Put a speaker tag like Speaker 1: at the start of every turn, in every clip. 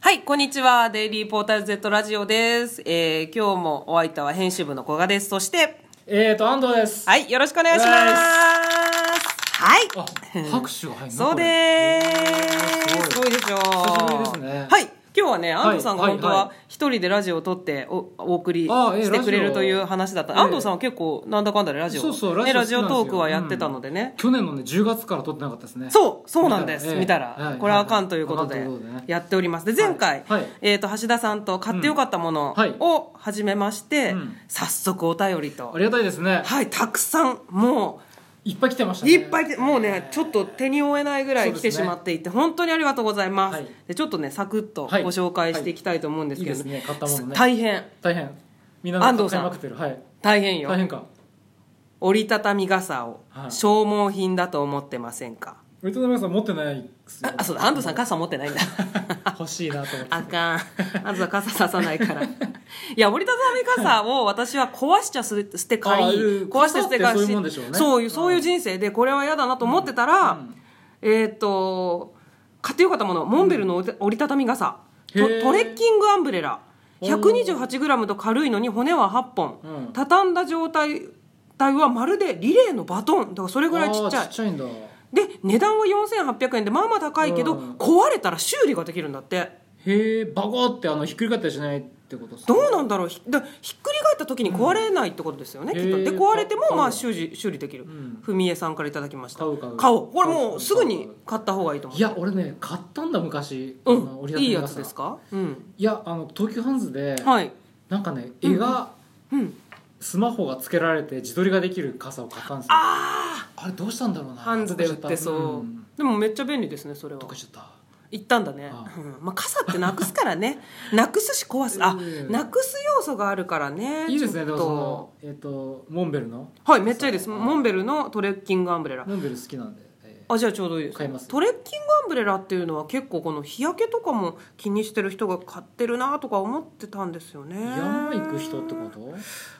Speaker 1: はい、こんにちは。デイリーポータル Z ラジオです。えー、今日もお相手は編集部の古賀です。そして、
Speaker 2: えーと、安藤です。
Speaker 1: はい、よろしくお願いします。
Speaker 2: お願いしま
Speaker 1: はい。
Speaker 2: あ、拍手が入るな
Speaker 1: そう
Speaker 2: こ
Speaker 1: で
Speaker 2: へー
Speaker 1: す。す
Speaker 2: す
Speaker 1: ご
Speaker 2: ご
Speaker 1: いでしょ。
Speaker 2: 久しぶりですね
Speaker 1: はい。今日はね、安藤さんが
Speaker 2: はい
Speaker 1: 本当
Speaker 2: はい
Speaker 1: は
Speaker 2: は
Speaker 1: 一人でラジオを撮っておお送り
Speaker 2: あええ
Speaker 1: してくれ
Speaker 2: ラ
Speaker 1: る
Speaker 2: ジオ
Speaker 1: という話だった。
Speaker 2: ええ
Speaker 1: 安藤さんは結構なんだかんだでラジオ、
Speaker 2: そうそう
Speaker 1: ね、ラ
Speaker 2: ラ
Speaker 1: ジ
Speaker 2: ジ
Speaker 1: オ
Speaker 2: オ
Speaker 1: トークは
Speaker 2: 好き
Speaker 1: や
Speaker 2: なんで
Speaker 1: って
Speaker 2: すよ
Speaker 1: たのでね
Speaker 2: れ。去年のね、10月から撮ってなかったですね。
Speaker 1: そう、そうなんです。見
Speaker 2: 見
Speaker 1: た
Speaker 2: たらええ
Speaker 1: ら
Speaker 2: は、い
Speaker 1: これはあかんということ
Speaker 2: はい
Speaker 1: で
Speaker 2: あかんということでね、
Speaker 1: やっております。で、前回
Speaker 2: はいはい、
Speaker 1: えっと、橋田さんと買ってよかったもの
Speaker 2: うんはい
Speaker 1: を始めまして
Speaker 2: うん、
Speaker 1: 早速お便りと
Speaker 2: あ。りがたいですね。
Speaker 1: はい、たくさん、も
Speaker 2: いっぱい来てました
Speaker 1: う、
Speaker 2: ね。
Speaker 1: いっぱい来て、もうね、ちょっと手に負えないぐらい来
Speaker 2: そう
Speaker 1: て
Speaker 2: です
Speaker 1: し
Speaker 2: ね
Speaker 1: まっていて、本当にありがとうございま
Speaker 2: は
Speaker 1: す
Speaker 2: い。
Speaker 1: で、ちょっとね、サクッとご
Speaker 2: はい
Speaker 1: 紹介していきたいと思うんですけど
Speaker 2: いいですね買ったものね
Speaker 1: 大変、
Speaker 2: 大変。みんな
Speaker 1: 安藤さん
Speaker 2: 買いまくってる。はい。
Speaker 1: 大変よ
Speaker 2: 大。変か。
Speaker 1: 折りたたみ傘を
Speaker 2: はい
Speaker 1: 消耗品だと思ってませんか
Speaker 2: ウェトナムさん持ってないっすよ
Speaker 1: あ、あそうだ、安藤さん傘持ってないんだ。
Speaker 2: 欲しいなと思って。
Speaker 1: あかん。あんた傘ささないから。いや、折りたたみ傘を私は壊しちゃす捨てかり、
Speaker 2: ああいう
Speaker 1: 壊しちゃ捨てかり
Speaker 2: 傘ってそういうもんでしょうね
Speaker 1: そういう、そういう人生でこれは嫌だなと思ってたら、えーっと、買ってよかったもの、モンベルの折折りたたみ傘、
Speaker 2: へ
Speaker 1: と
Speaker 2: ー
Speaker 1: トレッキングアンブレラ、128g と軽いのに骨は8本、
Speaker 2: うん
Speaker 1: 畳んだ状態体はまるでリレーのバトン、だからそれぐらいちっちゃ
Speaker 2: あー
Speaker 1: い
Speaker 2: ちっ。ちゃいんだ。
Speaker 1: で、値段は4800円で、まあまあ高いけど、
Speaker 2: うん
Speaker 1: 壊れたら修理ができるんだって。
Speaker 2: へえ、バコってあの、ひっくり返ったりしないってことっすか
Speaker 1: どうなんだろうひだひっくり返った時に壊れないってことですよね、
Speaker 2: うん
Speaker 1: きっと
Speaker 2: へー
Speaker 1: で壊れても
Speaker 2: 買う
Speaker 1: まあ修理修理できる
Speaker 2: ん
Speaker 1: 文江、さんからいただきました
Speaker 2: 買う買う
Speaker 1: 買おうこれ
Speaker 2: 買
Speaker 1: も
Speaker 2: う
Speaker 1: うすぐに買った方がいいと思う
Speaker 2: いや、俺ね、買ったんだ、昔。あの
Speaker 1: う
Speaker 2: 折
Speaker 1: ん
Speaker 2: り
Speaker 1: いいや
Speaker 2: たた
Speaker 1: つ
Speaker 2: み傘
Speaker 1: ですかうん
Speaker 2: いや、あの、東急ハンズで、
Speaker 1: はい
Speaker 2: なんかね、絵が、
Speaker 1: うん
Speaker 2: スマホがつけられて自撮りができる傘を買ったんですよ
Speaker 1: ああ
Speaker 2: あれどうしたんだろうな
Speaker 1: ハンズで売ってそう、
Speaker 2: ん
Speaker 1: でもめっちゃ便利ですねそれは
Speaker 2: どっか行っちゃった
Speaker 1: 行ったんだね、
Speaker 2: ああ
Speaker 1: うんまあ、傘ってなくすから ねなくすし壊すあ
Speaker 2: うん
Speaker 1: なくす要素があるからね
Speaker 2: いいですね
Speaker 1: ち
Speaker 2: で
Speaker 1: ょっ
Speaker 2: もそ
Speaker 1: と
Speaker 2: のえっ、とモンベルの
Speaker 1: はいめっちゃいいですモンベルのトレッキングアンブレラ
Speaker 2: モンベル好きなんで、え
Speaker 1: あじゃあちょうどいいですね
Speaker 2: 買います
Speaker 1: トレッキングアンブレラっていうのは結構この日焼けとかも気にしてる人が買ってるなとか思ってたんですよね
Speaker 2: ー山行く人ってこと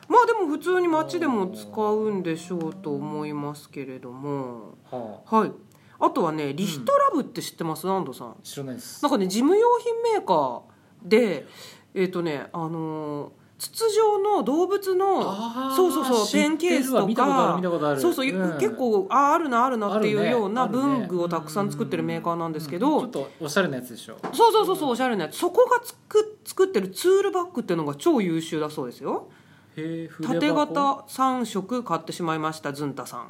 Speaker 1: まあでも普通に街でも使うんでしょうと思いますけれども
Speaker 2: はあ
Speaker 1: はいあとはねリヒトラブって知ってます、安藤さん
Speaker 2: 知らないです
Speaker 1: なんかね事務用品メーカーでえっ、とねあのー筒状の動物
Speaker 2: あ
Speaker 1: の
Speaker 2: ー
Speaker 1: そうそうそう
Speaker 2: 知ってる
Speaker 1: ペ
Speaker 2: わ
Speaker 1: ンケース
Speaker 2: 見
Speaker 1: と
Speaker 2: たことある
Speaker 1: か
Speaker 2: 見たことある
Speaker 1: そうそう、
Speaker 2: うん
Speaker 1: 結構あーあるなあるなっていう
Speaker 2: あるね
Speaker 1: ような
Speaker 2: あるね
Speaker 1: 文具をたくさん作ってるメーカーなんですけど、
Speaker 2: うんちょっとおしゃれなやつでしょ
Speaker 1: そうそうそうそうおしゃれなやつそこがつく作ってるツールバッグっていうのが超優秀だそうですよ
Speaker 2: へえ筆
Speaker 1: 縦
Speaker 2: 箱
Speaker 1: 型3色買ってしまいましたずんたさん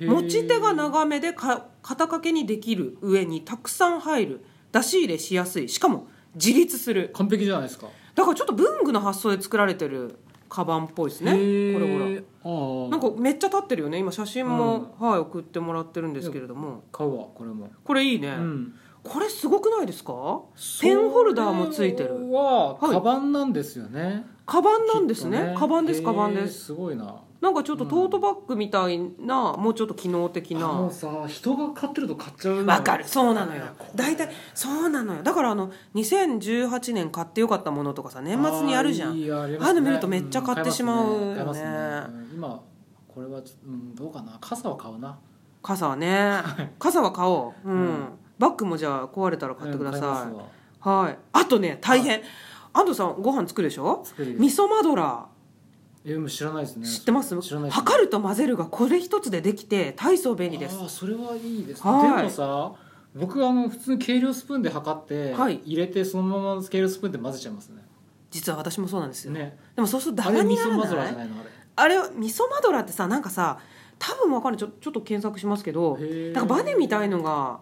Speaker 2: へえ
Speaker 1: 持ち手が長めでか肩掛けにできる上にたくさん入る出し入れしやすいしかも自立する
Speaker 2: 完璧じゃないですか
Speaker 1: だからちょっと文具の発想で作られてるカバンっぽいですねこれほら
Speaker 2: ほ
Speaker 1: なんかめっちゃ立ってるよね今写真も、はい送ってもらってるんですけれども
Speaker 2: 買うわこれも
Speaker 1: これいいね、
Speaker 2: うん
Speaker 1: これすごくないですかペンホルダーもついて
Speaker 2: それ
Speaker 1: る
Speaker 2: は
Speaker 1: はい
Speaker 2: カバンなんですよね
Speaker 1: カバンなんです
Speaker 2: き
Speaker 1: ね
Speaker 2: っと
Speaker 1: カバンです
Speaker 2: へえ
Speaker 1: カバンです
Speaker 2: すごいな
Speaker 1: なんかちょっとトートバッグみたいな、もうちょっと機能的
Speaker 2: あ
Speaker 1: な
Speaker 2: のさ人が買ってると買っちゃう
Speaker 1: わかるそうなのよ
Speaker 2: こう
Speaker 1: 大体そうなのよだからあの2018年買ってよかったものとかさ年末にやるじゃ
Speaker 2: あ
Speaker 1: ん
Speaker 2: ーいいやりますね
Speaker 1: ああいうの見るとめっちゃ買ってしまうよね
Speaker 2: ん買いますね買いますねうん今これはちょっとうんどうかな傘は買うな
Speaker 1: 傘はね傘は買おう、うん
Speaker 2: うん
Speaker 1: バッグもじゃあ壊れたら買ってください、
Speaker 2: うん買いま
Speaker 1: はいあとね大変安藤さんご飯作るでしょ
Speaker 2: すわ作る
Speaker 1: 味噌マドラ
Speaker 2: えでも知らないですね
Speaker 1: ー知ってます
Speaker 2: 知らないです
Speaker 1: 測ると混ぜるがこれ一つでできて大層便利です
Speaker 2: ああそれはいいです
Speaker 1: はい
Speaker 2: ねでもさ僕あの普通に計量スプーンで測って
Speaker 1: はい
Speaker 2: 入れてそのまま計量スプーンで混ぜちゃいますね
Speaker 1: 実は私もそうなんですよ、
Speaker 2: ね
Speaker 1: でもそうすると
Speaker 2: あ
Speaker 1: ダマ
Speaker 2: れ
Speaker 1: に
Speaker 2: 味
Speaker 1: な
Speaker 2: 噌
Speaker 1: ら
Speaker 2: マゾラ
Speaker 1: ない
Speaker 2: じゃないのあれ
Speaker 1: あれ味噌マドラーってさなんかさ多分わかるちょちょっと検索しますけど
Speaker 2: へー
Speaker 1: なんかバネみたいのが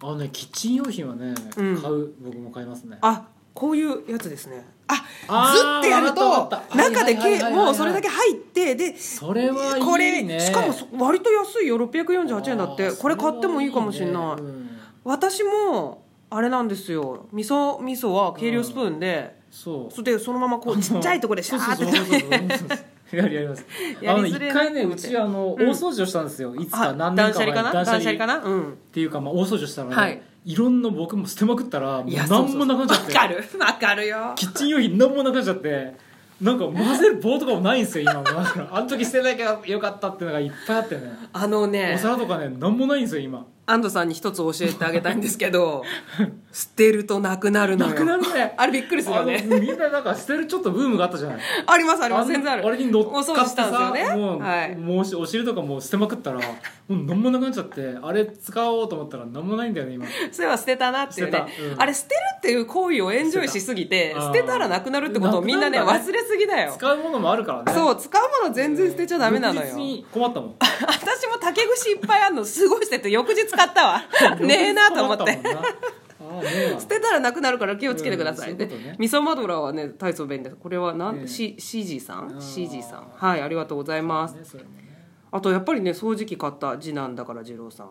Speaker 2: あのねキッチン用品はね
Speaker 1: う
Speaker 2: 買
Speaker 1: ん
Speaker 2: う僕も買いますね
Speaker 1: あこういうやつですねあ
Speaker 2: あ
Speaker 1: ず
Speaker 2: ー
Speaker 1: ってやる
Speaker 2: わ
Speaker 1: と
Speaker 2: かったわかった
Speaker 1: 中で
Speaker 2: はいはいはい
Speaker 1: け
Speaker 2: はい
Speaker 1: もうそれだけ入ってで
Speaker 2: それはいいね
Speaker 1: これしかもそ割と安いよ648円だって
Speaker 2: あー
Speaker 1: これ買ってもいいかもしれ
Speaker 2: それ
Speaker 1: な
Speaker 2: はい
Speaker 1: い
Speaker 2: ねうん
Speaker 1: 私もあれなんですよ味噌味噌は計量スプーンで、
Speaker 2: そう
Speaker 1: それでそのままこ うちっちゃいところでシャーって
Speaker 2: そうそうそうそうそうやりやります
Speaker 1: や
Speaker 2: あの
Speaker 1: り
Speaker 2: ね
Speaker 1: づれえ
Speaker 2: 一
Speaker 1: な
Speaker 2: 回ねうちあの
Speaker 1: う
Speaker 2: 大
Speaker 1: ん
Speaker 2: 掃除をしたんですよいつ
Speaker 1: あ
Speaker 2: か何年
Speaker 1: 断捨離
Speaker 2: か前
Speaker 1: かな断捨離か
Speaker 2: っ
Speaker 1: なうん
Speaker 2: ていうかまあ大掃除をしたらね
Speaker 1: はい
Speaker 2: いろんな僕も捨てまくったらもう何もなくなっちゃって
Speaker 1: わかるわかるよ
Speaker 2: キッチン用品何もなくなっちゃってなんか混ぜる棒とかもないんですよ今もだからあの時捨てなきゃよかったっていうのがいっぱいあってね
Speaker 1: あのね
Speaker 2: お皿とかね何もないんですよ今
Speaker 1: 安藤さんに一つ教えてあげたいんですけど 捨てるとなくなるのよ
Speaker 2: なくなるね
Speaker 1: あれびっくりするよね
Speaker 2: あのみんななんか捨てるちょっとブームがあったじゃない
Speaker 1: ありますあります全然ある
Speaker 2: あれに乗っかって
Speaker 1: お掃除したん
Speaker 2: さ
Speaker 1: ですよね
Speaker 2: もう,、
Speaker 1: はい
Speaker 2: もうしお尻とかもう捨てまくったらもう何もなくなっちゃってあれ使おうと思ったら何もないんだよね今
Speaker 1: それは捨てたなっていうね
Speaker 2: 捨てたうん
Speaker 1: あれ捨てるっていう行為をエンジョイしすぎて
Speaker 2: 捨
Speaker 1: 捨て
Speaker 2: てた
Speaker 1: たらなくなるってことをみんなね
Speaker 2: なくなるん
Speaker 1: 忘れすぎだよ
Speaker 2: 使うものもあるからね
Speaker 1: そう使うもの全然捨てちゃダメなのよ
Speaker 2: 翌日に困ったもん
Speaker 1: 私も竹串いっぱいあるのすごい捨てて翌日買ったわ ねえなと思っ
Speaker 2: 困
Speaker 1: て
Speaker 2: たもんなああねえ わ
Speaker 1: 捨てたらなくなるから気をつけてください、
Speaker 2: うん
Speaker 1: で
Speaker 2: そういうことね
Speaker 1: 味噌マドラーはね大層便利ですこれはなん、
Speaker 2: ねえ
Speaker 1: シシジさん
Speaker 2: ー
Speaker 1: シジさんはいありがとうございます
Speaker 2: ねそれもね
Speaker 1: あとやっぱりね掃除機買った次男だから次郎さん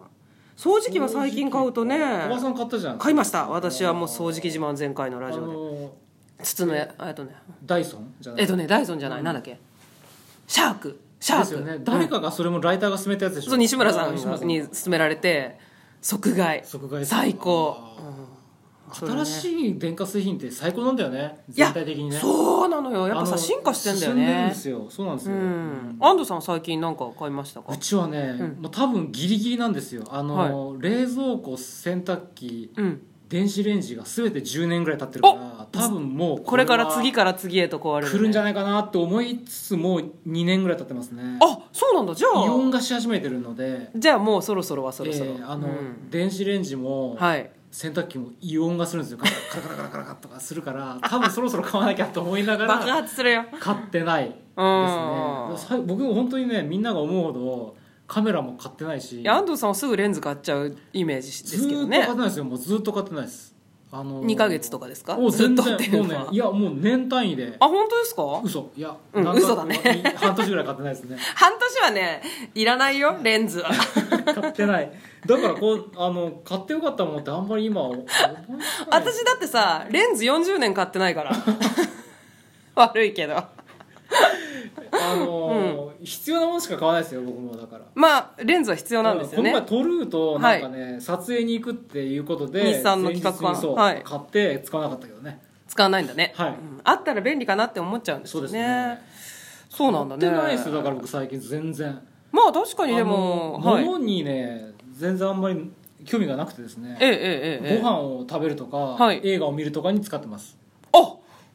Speaker 1: 掃除機は最近買うとね
Speaker 2: おばさん買ったじゃん
Speaker 1: 買いました私はもう掃除機自慢全開のラジ
Speaker 2: あ
Speaker 1: オで
Speaker 2: の
Speaker 1: 筒のやえっとね
Speaker 2: ダイソンじゃない
Speaker 1: えっとねダイソンじゃない、なんだっけシャークシャ
Speaker 2: で
Speaker 1: ー
Speaker 2: す
Speaker 1: ク、
Speaker 2: よね誰かがそれもライターが勧めたやつでしょ
Speaker 1: そう西村さん
Speaker 2: 西村
Speaker 1: に勧められて即買い
Speaker 2: 即買い
Speaker 1: 最高、うんそうだね
Speaker 2: 新しい電化製品って最高なんだよね
Speaker 1: いや
Speaker 2: 全体的にね
Speaker 1: そうなのよやっぱ
Speaker 2: あ
Speaker 1: さ
Speaker 2: の
Speaker 1: 進化してんだよ
Speaker 2: 進でるん
Speaker 1: ね
Speaker 2: ですよそうなんです
Speaker 1: う
Speaker 2: よ、
Speaker 1: ん安藤さん最近なんか買いましたか
Speaker 2: うちはね、
Speaker 1: うん
Speaker 2: もう多分ギリギリなんですよあの、冷蔵庫洗濯機
Speaker 1: うん
Speaker 2: 電子レンジが全て10年ぐらい経ってるから多分もう
Speaker 1: これから次
Speaker 2: が
Speaker 1: から次へと壊れる、ね、
Speaker 2: 来るんじゃないかなと思いつつもう2年ぐらい経ってますね
Speaker 1: あそうなんだじゃ
Speaker 2: イオン
Speaker 1: あ
Speaker 2: がし始めてるので
Speaker 1: じゃあもうそろそろはそろそろ、
Speaker 2: えーあの、
Speaker 1: うん
Speaker 2: 電子レンジも、
Speaker 1: はい
Speaker 2: 洗濯機も異音がするんですよカラカラカラカラカラとかするから多分そろそろ買わなきゃと思いな が
Speaker 1: 爆
Speaker 2: ら
Speaker 1: 発するよ
Speaker 2: 買ってないですね
Speaker 1: うん
Speaker 2: さ僕本当にねみんなが思うほどカメラも買ってないし
Speaker 1: いや安藤さんはすぐレンズ買っちゃうイメージで
Speaker 2: ず
Speaker 1: すけ
Speaker 2: ー
Speaker 1: ど
Speaker 2: っと買っ
Speaker 1: ね
Speaker 2: てないですよもうずーっと買ってないですあの
Speaker 1: 2ヶ月とかですか
Speaker 2: もう
Speaker 1: ずっ
Speaker 2: 全
Speaker 1: と
Speaker 2: 然
Speaker 1: っていうの
Speaker 2: もう
Speaker 1: は
Speaker 2: ねいやもう年単位で
Speaker 1: あ本当ですか
Speaker 2: 嘘いや、
Speaker 1: うん
Speaker 2: なんか
Speaker 1: 嘘だね
Speaker 2: い半年ぐらい買ってないですね
Speaker 1: 半年はねいらないよレン ズは
Speaker 2: 買ってないだからこうあの買ってよかったものってあんまり今思いつかない
Speaker 1: 私だってさレンズ40年買ってない から悪いけど
Speaker 2: あのー必要なものしか買わないですよ僕もだから
Speaker 1: まあレンズは必要なんですよね
Speaker 2: この前トルーとなんかね、撮影に行くっていうことで
Speaker 1: 日産の企画
Speaker 2: 前
Speaker 1: は
Speaker 2: 日にそう、
Speaker 1: はい
Speaker 2: 買って使わなかったけどね
Speaker 1: 使わないんだね、
Speaker 2: はい
Speaker 1: うんあったら便利かなって思っちゃうんです
Speaker 2: そう
Speaker 1: よ
Speaker 2: です
Speaker 1: ね
Speaker 2: ね
Speaker 1: そうなんだね
Speaker 2: 買ってないですよだから僕最近全然
Speaker 1: まあ確かにで
Speaker 2: あ
Speaker 1: も
Speaker 2: の
Speaker 1: はいえ
Speaker 2: 物にね全然あんまり興味がなくてですね、
Speaker 1: えええええ
Speaker 2: ご飯を食べるとか、
Speaker 1: はい
Speaker 2: 映画を見るとかに使ってます
Speaker 1: あ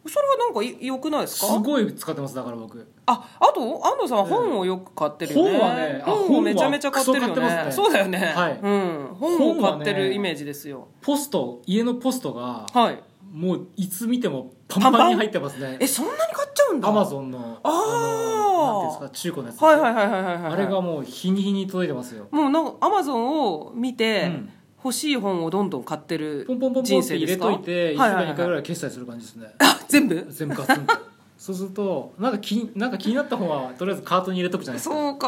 Speaker 1: それはなんかい良くないです
Speaker 2: す
Speaker 1: か
Speaker 2: ごい使ってますだから僕
Speaker 1: ああと安藤さんは本をよく買ってるよね、
Speaker 2: 本はねあ
Speaker 1: 本をめちゃめちゃ買ってるよ
Speaker 2: 本は
Speaker 1: ね
Speaker 2: クソ
Speaker 1: そうだよ
Speaker 2: 買ってま
Speaker 1: ね、
Speaker 2: すねはい
Speaker 1: うん、本を買ってるイメージですよ
Speaker 2: ポスト家のポストが
Speaker 1: はい
Speaker 2: もういつ見てもパンパンに入ってますね
Speaker 1: えそんなに買っちゃうんだ
Speaker 2: アマゾンの
Speaker 1: あー
Speaker 2: のなんていうんですか中古のやつ、
Speaker 1: はいはいはいはいはいはい
Speaker 2: あれがもう日に日に届いてますよ
Speaker 1: もうなんかアマゾンを見て、
Speaker 2: うん
Speaker 1: 欲しい本をどんどん買ってる
Speaker 2: ポンポンポンポン
Speaker 1: 人
Speaker 2: って
Speaker 1: 生で
Speaker 2: 入れ
Speaker 1: すか
Speaker 2: といて1週
Speaker 1: はいは
Speaker 2: 間
Speaker 1: いは
Speaker 2: に1
Speaker 1: い
Speaker 2: 回ぐ
Speaker 1: はい
Speaker 2: らい決済する感じですね
Speaker 1: あ全部
Speaker 2: 全部ガツンとそうするとなんか気になんか気になった本はとりあえずカートに入れとくじゃないですか
Speaker 1: そう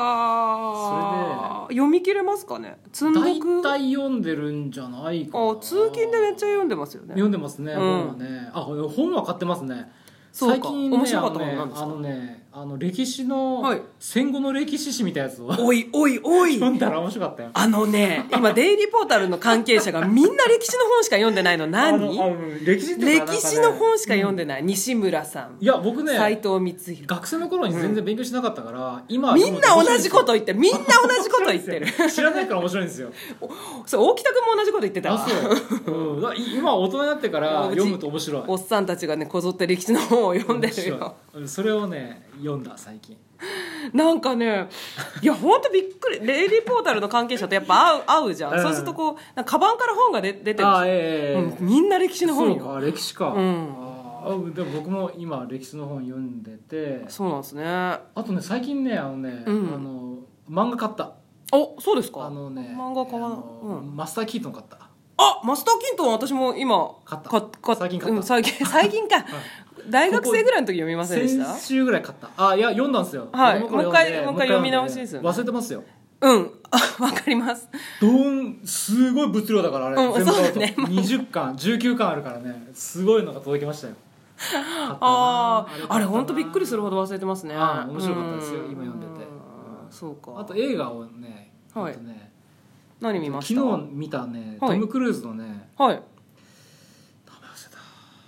Speaker 1: か読み切れますかね積んど
Speaker 2: 大
Speaker 1: くあ
Speaker 2: 体読んでるんじゃないかな
Speaker 1: 通勤でめっちゃ読んでますよね
Speaker 2: 読んでますね、
Speaker 1: うん
Speaker 2: 本はねあ本は買ってますね
Speaker 1: そうか
Speaker 2: 最近ね
Speaker 1: 面白かった本なんですか
Speaker 2: あのねあのねあの歴史の、
Speaker 1: はい
Speaker 2: 戦後の歴史史みたいな やつを
Speaker 1: おいおいお い
Speaker 2: 読んだら面白かったよ
Speaker 1: あのね今デイリーポータルの関係者がみんな歴史の本しか読んでないの
Speaker 2: あのあ
Speaker 1: 何
Speaker 2: の歴史っていうかなんか
Speaker 1: 歴
Speaker 2: ね
Speaker 1: 史の本しか読んでない、西村さん
Speaker 2: いや僕ね
Speaker 1: 斎藤光弘
Speaker 2: 学生の頃に全然勉強しなかったから、今
Speaker 1: みんな同じこと言ってみんな同じこと言 ってる
Speaker 2: 知らないから面白いんです よ
Speaker 1: そう大北君も同じこと言ってたわ
Speaker 2: あそう、うん、だからい今大人になってから
Speaker 1: うん
Speaker 2: 読むと面白い
Speaker 1: おっさんたちがねこぞって歴史の本を読んでるよ
Speaker 2: 面白いうんそれをね読んだ最近
Speaker 1: なんかねいやほんとびっくりレイリーポータルの関係者とやっ ぱ会う会うじゃん、
Speaker 2: うん
Speaker 1: そうするとこうなんかカバンから本が出出てる
Speaker 2: あええええ
Speaker 1: うんみんな歴史の
Speaker 2: そ
Speaker 1: 本
Speaker 2: う
Speaker 1: よ
Speaker 2: か歴史か、
Speaker 1: うん
Speaker 2: あーあでも僕も今歴史の本読んでて
Speaker 1: そうなんですね
Speaker 2: あとね最近ねあのね、
Speaker 1: うん
Speaker 2: あの漫画買った
Speaker 1: おそうですか
Speaker 2: あのね
Speaker 1: 漫画買わ
Speaker 2: あ
Speaker 1: な
Speaker 2: の
Speaker 1: うん
Speaker 2: マスター・キートン買った
Speaker 1: あマスター・キントン私も今
Speaker 2: 買った
Speaker 1: かか
Speaker 2: 最近買った
Speaker 1: うん最 近最近か大学生ぐらいの時読みませんでした
Speaker 2: 先週ぐらい買ったあいや読んだんですよ
Speaker 1: はい
Speaker 2: 子供の頃読んで
Speaker 1: もう一回もう一回読み直しですよね
Speaker 2: 忘れてますよ
Speaker 1: うんあ わかります
Speaker 2: どんすごい物量だからあれ、
Speaker 1: うん
Speaker 2: 全部買
Speaker 1: そう だね
Speaker 2: と20巻19巻あるからねすごいのが届きましたよ買ったな
Speaker 1: あ
Speaker 2: 買っ
Speaker 1: あ
Speaker 2: たな
Speaker 1: あれ本当びっくりするほど忘れてますね
Speaker 2: あー面白かったですよ
Speaker 1: うん
Speaker 2: 今読んでて
Speaker 1: うんそうか
Speaker 2: あと映画をね,、
Speaker 1: はい
Speaker 2: あとね
Speaker 1: 何見まし
Speaker 2: 昨日
Speaker 1: た
Speaker 2: 見たね
Speaker 1: はい
Speaker 2: トム・クルーズのね、
Speaker 1: はい
Speaker 2: 名前忘れ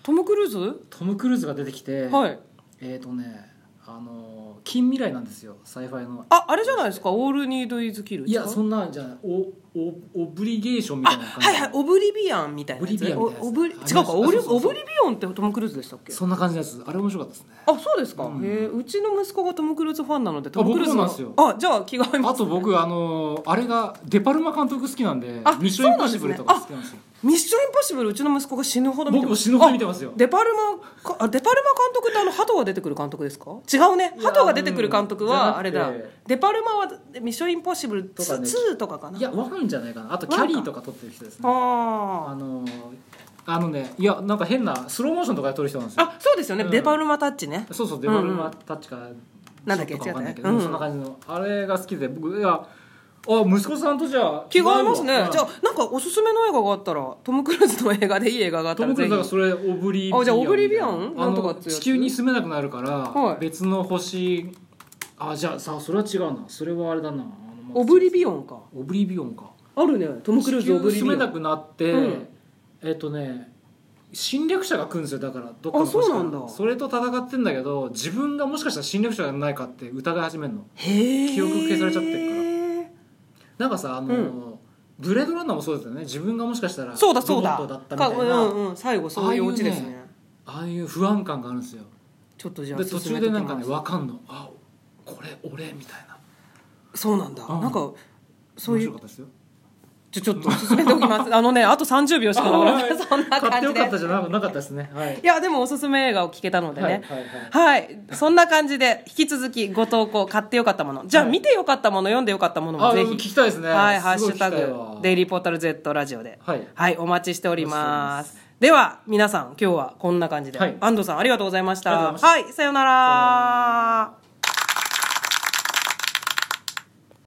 Speaker 1: トム・クルーズ
Speaker 2: たトム・クルーズが出てきて、
Speaker 1: はい
Speaker 2: えっ、とねあの近未来なんですよサイファイの
Speaker 1: ああれじゃないですか「オール・ニード・イズ・キル」
Speaker 2: いやそ
Speaker 1: ん
Speaker 2: んなんじゃないおオオブリゲーションみたいな
Speaker 1: あ
Speaker 2: 感じ
Speaker 1: はいはいオブリビアンみたいなやつ
Speaker 2: オブリビアンみたいなやつ
Speaker 1: おオブリ違う
Speaker 2: ありま
Speaker 1: か
Speaker 2: した
Speaker 1: オブリ
Speaker 2: そうそうそう
Speaker 1: オブリビアンってトム・クルーズでしたっけ
Speaker 2: そんな感じのやつあれ面白かったですね
Speaker 1: あそうですか、
Speaker 2: うん
Speaker 1: へえうちの息子がトム・クルーズファンなのでトム・クルーズ
Speaker 2: 僕もなんですよ
Speaker 1: あじゃあ気が合いま
Speaker 2: あ
Speaker 1: す
Speaker 2: と僕あのあれがデパルマ監督好きなんで
Speaker 1: あ
Speaker 2: ミッションインポッシブルとか好きなんですよ
Speaker 1: ミッションインポッシブルうちの息子が死ぬほど見て
Speaker 2: 僕
Speaker 1: ま
Speaker 2: も
Speaker 1: す
Speaker 2: 死ぬほど見てますよ
Speaker 1: あデパルマかあデパルマ監督ってあの鳩が出てくる監督ですか違うね鳩が出てくる監督
Speaker 2: うん
Speaker 1: はあれだ
Speaker 2: じゃなくて
Speaker 1: デパルマはミッションインポッシブル
Speaker 2: とかね
Speaker 1: 2とかかない
Speaker 2: やワンじゃないかなあとキャリーとか撮ってる人ですねあ
Speaker 1: あ
Speaker 2: のあのねいやなんか変なスローモーションとかで撮る人なんです
Speaker 1: あ
Speaker 2: よ
Speaker 1: あそうですよね、
Speaker 2: うん
Speaker 1: デパルマタッチね
Speaker 2: そうそうデパルマタッチか
Speaker 1: なんだっけ
Speaker 2: ショットかわかんないけど
Speaker 1: 違うねうん
Speaker 2: そんな感じのあれが好きで僕いやあ息子さんとじゃあ
Speaker 1: 気が合いますね、
Speaker 2: うん
Speaker 1: じゃあなんかおすすめの映画があったらトム・クルーズの映画でいい映画があった
Speaker 2: ト
Speaker 1: ら
Speaker 2: ム・クル
Speaker 1: ぜ
Speaker 2: ーズが
Speaker 1: ひ
Speaker 2: それオブリビアン
Speaker 1: あじゃあオブリビアン
Speaker 2: みたい
Speaker 1: なんとか
Speaker 2: あ
Speaker 1: っ
Speaker 2: の
Speaker 1: てやつ
Speaker 2: 地球に住めなくなるから、
Speaker 1: はい
Speaker 2: 別の星あじゃあさそれは違うなそれはあれだなあのまあ
Speaker 1: オブリビオンか
Speaker 2: オブリビオンか
Speaker 1: あるねトム・クルーズオブリビ
Speaker 2: 地球
Speaker 1: オ
Speaker 2: 住めな
Speaker 1: ン
Speaker 2: くなって、
Speaker 1: うん
Speaker 2: えっとね侵略者が来るんですよだからどっかの星から
Speaker 1: あそうなんだ
Speaker 2: それと戦ってんだけど自分がもしかしたら侵略者じゃないかって疑い始めるの
Speaker 1: へえ
Speaker 2: 記憶消されちゃってるからなんかさあの、
Speaker 1: う
Speaker 2: ブレードランナーもそうですよね自分がもしかしたら
Speaker 1: そうだそうだ
Speaker 2: ロボットだったみたいな、
Speaker 1: かうんうん、最後そういうオチですね
Speaker 2: ああいああいう不安感があるんですよ
Speaker 1: ちょっとじゃあ
Speaker 2: で途
Speaker 1: 進
Speaker 2: 中
Speaker 1: めと
Speaker 2: で
Speaker 1: きま
Speaker 2: な
Speaker 1: す
Speaker 2: んかね分かんのあこれ俺みたいな
Speaker 1: そうなんだ
Speaker 2: うん
Speaker 1: なんかそうい
Speaker 2: 面白か
Speaker 1: う
Speaker 2: ったですよ
Speaker 1: ちょちょっと進めておき ますあのねあと30秒しかな
Speaker 2: あ
Speaker 1: い
Speaker 2: はい
Speaker 1: そ んな
Speaker 2: 買って
Speaker 1: 感
Speaker 2: よ
Speaker 1: じ
Speaker 2: かった
Speaker 1: で
Speaker 2: じゃななかったですねはい
Speaker 1: いやでもおすすめ映画を聞けたので
Speaker 2: はいはい
Speaker 1: ね
Speaker 2: はい
Speaker 1: はいそんな感じで引き続きご投稿買ってよかったものじゃあ
Speaker 2: はい
Speaker 1: 見てよかったもの読んでよかったものも
Speaker 2: あ
Speaker 1: ぜ
Speaker 2: 聞
Speaker 1: ひ
Speaker 2: きたいですね
Speaker 1: はい、ハッ
Speaker 2: す
Speaker 1: シ
Speaker 2: ごい
Speaker 1: ュタ
Speaker 2: 聞きたいわ
Speaker 1: グ、デイリーポータル Z ラジオで、
Speaker 2: はい
Speaker 1: お待ちしておりま
Speaker 2: お待ち
Speaker 1: す。では、皆さん、今日はこんな感じで、
Speaker 2: はい
Speaker 1: 安藤さん、ありがとうございました。
Speaker 2: ありがとうござ
Speaker 1: はい、さようなら。